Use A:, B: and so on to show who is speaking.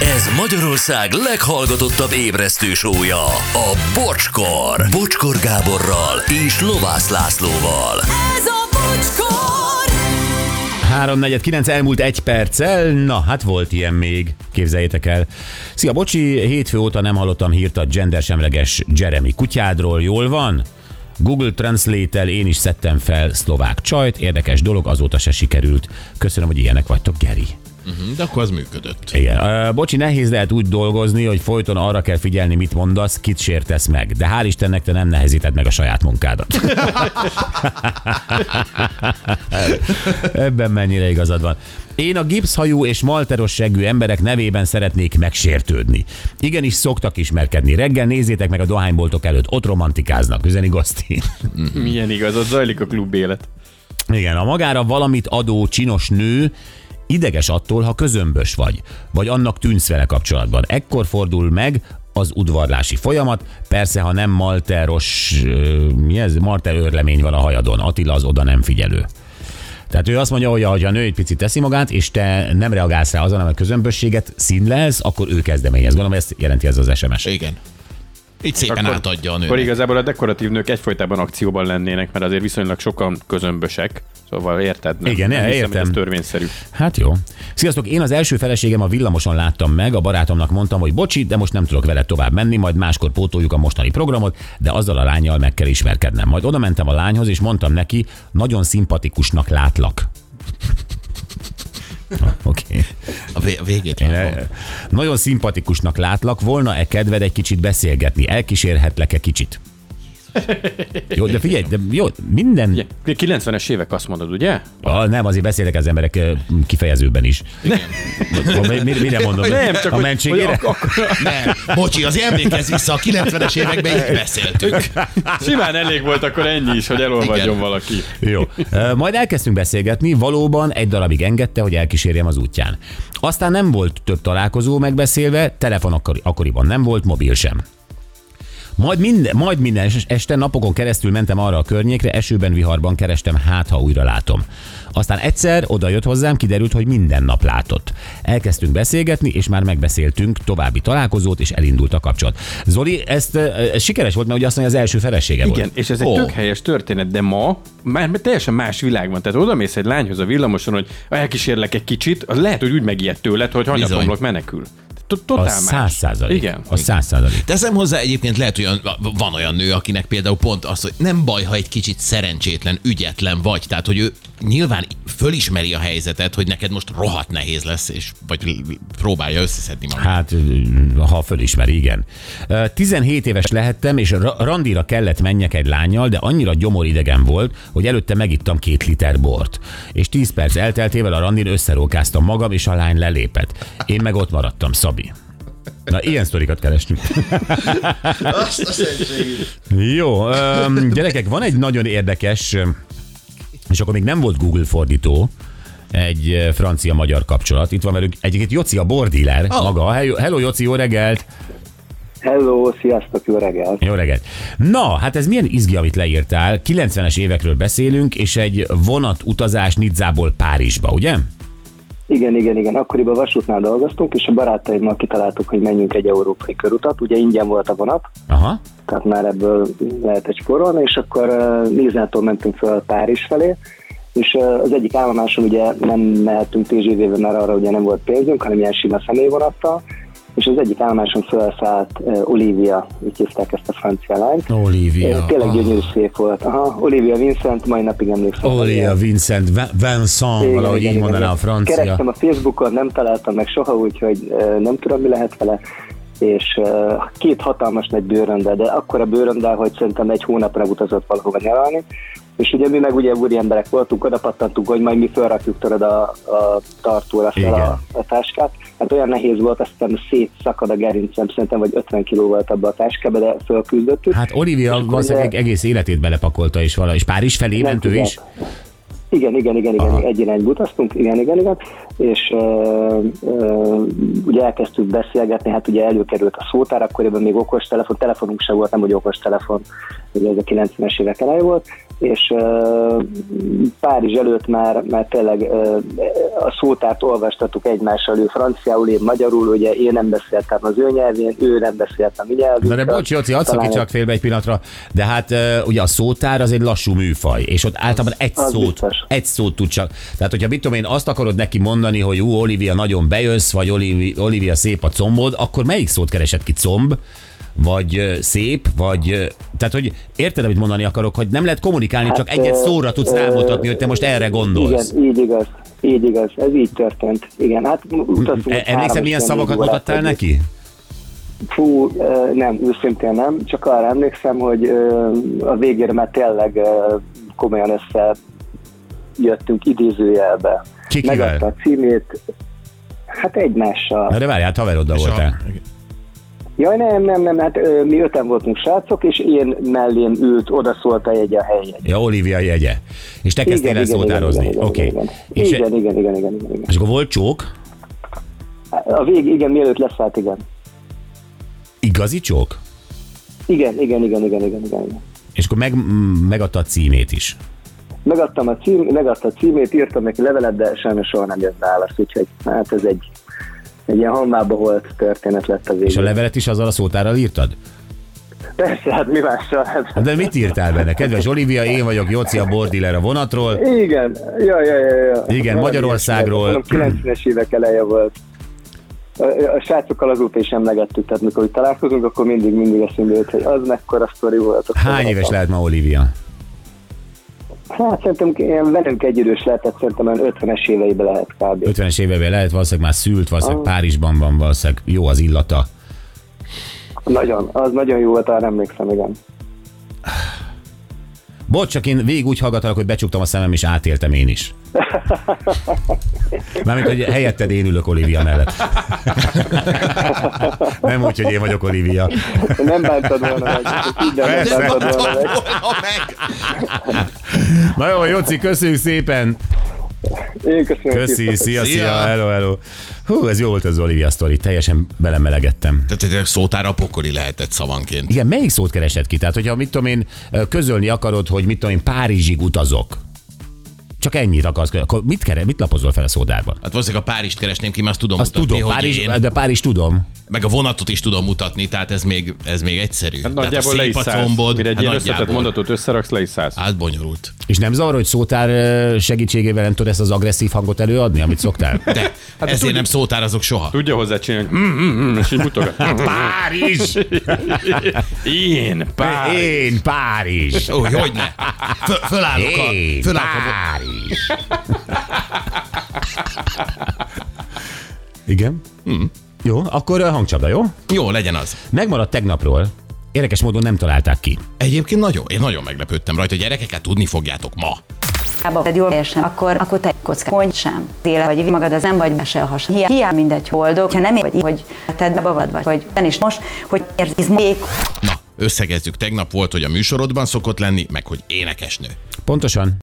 A: Ez Magyarország leghallgatottabb ébresztő sója, a Bocskor. Bocskor Gáborral és Lovász Lászlóval.
B: Ez a bocskor!
C: 349 elmúlt egy perccel, na hát volt ilyen még, képzeljétek el. Szia Bocsi, hétfő óta nem hallottam hírt a gendersemleges Jeremy kutyádról, jól van? Google Translate-tel én is szedtem fel szlovák csajt, érdekes dolog, azóta se sikerült. Köszönöm, hogy ilyenek vagytok, Geri.
D: De akkor az működött.
C: Igen. Ö, Bocsi, nehéz lehet úgy dolgozni, hogy folyton arra kell figyelni, mit mondasz, kit sértesz meg. De hál' Istennek te nem nehezíted meg a saját munkádat. Ebben mennyire igazad van. Én a gipszhajú és malteros seggű emberek nevében szeretnék megsértődni. Igenis szoktak ismerkedni. Reggel nézzétek meg a dohányboltok előtt, ott romantikáznak, üzeni Goszti.
E: Milyen igaz, ott zajlik a klub élet.
C: Igen, a magára valamit adó csinos nő ideges attól, ha közömbös vagy, vagy annak tűnsz vele kapcsolatban. Ekkor fordul meg az udvarlási folyamat, persze, ha nem malteros, ö, mi ez? Malter örlemény van a hajadon, Attila az oda nem figyelő. Tehát ő azt mondja, hogy ahogy a nő egy picit teszi magát, és te nem reagálsz rá azon, hanem a közömbösséget színlelsz, akkor ő kezdeményez. Gondolom, ezt jelenti ez az SMS.
D: Igen. Így szépen akkor, átadja a
E: Akkor
D: nőnek.
E: igazából a dekoratív nők egyfolytában akcióban lennének, mert azért viszonylag sokan közömbösek. Szóval érted? Nem,
C: Igen,
E: nem
C: ne,
E: hiszem,
C: értem.
E: Hogy ez törvényszerű.
C: Hát jó. Sziasztok, én az első feleségem a villamoson láttam meg, a barátomnak mondtam, hogy bocsi, de most nem tudok vele tovább menni, majd máskor pótoljuk a mostani programot, de azzal a lányjal meg kell ismerkednem. Majd oda mentem a lányhoz, és mondtam neki, nagyon szimpatikusnak látlak. Ah, Oké. Okay.
D: A vé- a végét látom.
C: Nagyon szimpatikusnak látlak, volna-e kedved egy kicsit beszélgetni? Elkísérhetlek-e kicsit? Jó, de figyelj, de jó, minden...
E: Ugye, 90-es évek azt mondod, ugye?
C: Ah, nem, azért beszéltek az emberek ö, kifejezőben is. Igen. Mi, mi- mire mondom?
E: Nem, csak
C: a
E: hogy-
C: mentségére?
E: hogy ak- ak-
D: Nem, bocsi, az emlékezz vissza, a 90-es években így beszéltünk.
E: Simán elég volt akkor ennyi is, hogy elolvadjon
D: Ah. Igen.
E: valaki.
C: Jó. Ö, Majd elkezdtünk beszélgetni, valóban egy darabig engedte, hogy elkísérjem az útján. Aztán nem volt több találkozó megbeszélve, telefon akkori, akkoriban nem volt, mobil sem. Majd minden, majd minden es- este napokon keresztül mentem arra a környékre, esőben, viharban kerestem, hát ha újra látom. Aztán egyszer oda jött hozzám, kiderült, hogy minden nap látott. Elkezdtünk beszélgetni, és már megbeszéltünk további találkozót, és elindult a kapcsolat. Zoli, ezt, ö, ez sikeres volt, mert ugye azt mondja, az első felesége volt.
E: Igen, és ez egy
D: Ó.
E: tök helyes történet, de ma már teljesen más világ van. Tehát oda mész egy lányhoz a villamoson, hogy elkísérlek egy kicsit, az lehet, hogy úgy megijedt tőled, hogy hanyatomlok menekül. Tehát Totál
C: A
E: más.
C: száz százalék.
E: Igen.
C: A száz százalék.
D: Teszem hozzá, egyébként lehet olyan, van olyan nő, akinek például pont az, hogy nem baj, ha egy kicsit szerencsétlen, ügyetlen vagy. Tehát, hogy ő nyilván fölismeri a helyzetet, hogy neked most rohadt nehéz lesz, és vagy próbálja összeszedni magát.
C: Hát, ha fölismeri, igen. Ö, 17 éves lehettem, és ra- randira kellett menjek egy lányjal, de annyira gyomoridegen volt, hogy előtte megittam két liter bort. És 10 perc elteltével a randin összerókáztam magam, és a lány lelépett. Én meg ott maradtam, Szabi. Na, ilyen sztorikat keresünk. Jó, öm, gyerekek, van egy nagyon érdekes, öm, és akkor még nem volt Google fordító, egy ö, francia-magyar kapcsolat. Itt van velük egyébként Joci a bordiler, oh. maga. Hello, hello, Joci, jó reggelt!
F: Hello, sziasztok, jó reggelt!
C: Jó reggelt! Na, hát ez milyen izgi, amit leírtál. 90-es évekről beszélünk, és egy vonat utazás Nidzából Párizsba, ugye?
F: Igen, igen, igen. Akkoriban vasútnál dolgoztunk, és a barátaimmal kitaláltuk, hogy menjünk egy európai körutat. Ugye ingyen volt a vonat,
C: Aha.
F: tehát már ebből lehet egy spórolni, és akkor eh, Níznától mentünk föl Párizs felé, és eh, az egyik állomáson ugye nem mehettünk TGV-ben, mert arra ugye nem volt pénzünk, hanem ilyen sima személyvonattal, és az egyik állomáson felszállt eh, Olivia, így hívták ezt a francia lányt.
C: Olivia. Ah.
F: Eh, Tényleg gyönyörű szép volt. Aha, Olivia Vincent, mai napig emlékszem.
C: Olivia Vincent, Va- Vincent, valahogy így mondaná a
F: Kerestem
C: francia.
F: a Facebookon, nem találtam meg soha, úgyhogy ö, nem tudom, mi lehet vele és ö, két hatalmas nagy bőröndel, de akkora bőröndel, hogy szerintem egy hónapra utazott valahova nyaralni, és ugye mi meg ugye úri emberek voltunk, oda pattantunk, hogy majd mi felrakjuk tudod a, a tartóra fel
C: Igen.
F: a, a, táskát. Hát olyan nehéz volt, aztán szétszakad a gerincem, szerintem vagy 50 kiló volt abba a táskába, de fölküzdöttük.
C: Hát Olivia
F: akkor
C: valószínűleg
F: ugye-
C: egész életét belepakolta, és vala, és Párizs felé
F: Nem
C: ment ő
F: tudják.
C: is.
F: Igen, igen, igen, igen,
C: Aha.
F: egy irányba utaztunk, igen, igen, igen, és ö, ö, ugye elkezdtük beszélgetni, hát ugye előkerült a szótár, akkoriban még okos telefon, telefonunk se volt, nem hogy okos telefon, ugye ez a 90-es évek elej volt, és ö, Párizs előtt már, már tényleg ö, a szótárt olvastatuk egymással, ő franciául, én magyarul, ugye én nem beszéltem az ő nyelvén, ő nem beszélt a mi nyelvünkkel.
C: Na de bocs, Jóci, hadd
F: Talán
C: szakítsak félbe egy pillanatra, de hát ö, ugye a szótár az egy lassú műfaj, és ott általában egy
F: az
C: szót,
F: biztos.
C: egy szót tud csak. Tehát, hogyha mit tudom én, azt akarod neki mondani, hogy ú, Olivia, nagyon bejössz, vagy Olivia, Olivia szép a combod, akkor melyik szót keresed ki? Comb? Vagy ö, szép, vagy... ö, Tehát, hogy érted, amit mondani akarok, hogy nem lehet kommunikálni, csak
F: Hát,
C: egyet
F: ö,
C: szóra tudsz
F: ö,
C: rámutatni, hogy te most erre gondolsz.
F: Igen, így igaz, így igaz, ez így történt. Igen, hát utaztunk.
C: E- Emlékszel,
F: három
C: milyen
F: és fél
C: szavakat
F: négy órát
C: mutattál
F: együtt.
C: neki?
F: Fú, ö, nem, őszintén nem, csak arra emlékszem, hogy ö, a végére már tényleg ö, komolyan össze jöttünk idézőjelbe.
C: Kikivel?
F: Megadta a címét, hát egymással.
C: Na de várjál, hát haveroddal voltál.
F: Jaj, nem, nem, nem, hát ö, mi öten voltunk srácok, és én mellém ült, odaszólt a jegy a helyen.
C: Ja, Olivia jegye. És te kezdtél el szótározni.
F: igen,
C: Oké.
F: igen,
C: És-
F: igen, igen, igen, igen, igen, igen.
C: És akkor volt csók?
F: A vég, igen, mielőtt leszállt, igen.
C: Igazi csók?
F: Igen, igen, igen, igen, igen, igen. igen.
C: És akkor meg, m- megadta a címét is.
F: Megadtam a cím, megadta a címét, írtam neki levelet, de sajnos soha nem jött válasz, úgyhogy hát ez egy, egy ilyen hamvába holt történet lett a végén.
C: És a levelet is azzal a szótárral írtad?
F: Persze, hát mi mással? Hát-
C: De mit írtál benne? Kedves Olivia, én vagyok Jóci a bordiller a vonatról.
F: Igen, ja, ja, ja, ja.
C: Igen,
F: Valami
C: Magyarországról.
F: ilyesmi volt. Mondom, 90-es évek eleje volt. A, a srácokkal azóta is emlegettük, tehát mikor itt találkozunk, akkor mindig, mindig eszünkbe jut, hogy az mekkora sztori volt. akkor
C: Hány
F: az
C: éves
F: a-
C: lehet ma Olivia?
F: Hát szerintem ilyen velünk egy idős lehetett, szerintem olyan 50-es éveibe lehet kb.
C: 50-es éveiben lehet, valószínűleg már szült, valószínűleg
F: Ah.
C: Párizsban van, valószínűleg jó az illata.
F: Nagyon, az nagyon jó volt, arra emlékszem, igen.
C: Bocs, csak én végig úgy hallgatalak, hogy becsuktam a szemem, és átéltem én is. Mármint, hogy helyetted én ülök Olivia mellett. Nem úgy, hogy én vagyok Olivia.
F: Nem bántad volna meg, így nem
C: Persze.
F: bántad volna meg.
D: volna meg.
C: Na jó, Jóci, köszönjük szépen!
F: Én köszönöm.
C: Köszi,
F: Krisztus.
C: szia, szia,
D: Szia.
C: hello, hello. Hú, ez jó volt az Olivia sztori, teljesen belemelegettem.
D: Tehát egy szótára pokoli lehetett szavanként.
C: Igen, melyik szót keresed ki? Tehát, hogyha mit tudom én, közölni akarod, hogy mit tudom én, Párizsig utazok. Csak ennyit akarsz, közölni. akkor mit, keres, mit lapozol fel a szódárban?
D: Hát valószínűleg a Párizst keresném ki, mert azt tudom
C: Azt
D: mutatni,
C: tudom,
D: hogy
C: Párizs,
D: én,
C: de Párizs tudom.
D: meg a vonatot is tudom mutatni, tehát ez még, ez még egyszerű.
E: Hát
D: Tehát
E: nagyjából
D: a
E: le is
D: szép a
E: szállsz.
D: combod,
E: Mire egy
D: hát
E: ilyen összetett
D: nagyjából.
E: mondatot összeraksz, le is szállsz.
D: Hát bonyolult.
C: És nem zavar, hogy szótár ö, segítségével nem tudod ezt az agresszív hangot előadni, amit szoktál?
D: De hát ezért nem szótárazok soha.
E: Tudja hozzá csinálni, hogy mm, mm, mm, és így mutogat.
C: Párizs!
E: Én, pár.
C: Én Párizs!
D: Ó, hogy ne. Föl, fölállok a...
C: Én
D: Fölállok a...
C: Párizs! Igen?
D: Hmm.
C: Jó, akkor ö, hangcsapda, jó?
D: Jó, legyen az.
C: Megmaradt tegnapról. Érdekes módon nem találták ki.
D: Egyébként nagyon, én nagyon meglepődtem rajta, gyerekeket tudni fogjátok ma.
G: Kába egy jól érsen, akkor, akkor te kocka hogy sem. Téle vagy magad az nem vagy mese a has. Hiá, hiá mindegy boldog, ha nem vagy, hogy tedd be vagy, vagy ben is most, hogy érzizmék.
D: Na, összegezzük. Tegnap volt, hogy a műsorodban szokott lenni, meg hogy énekesnő.
C: Pontosan.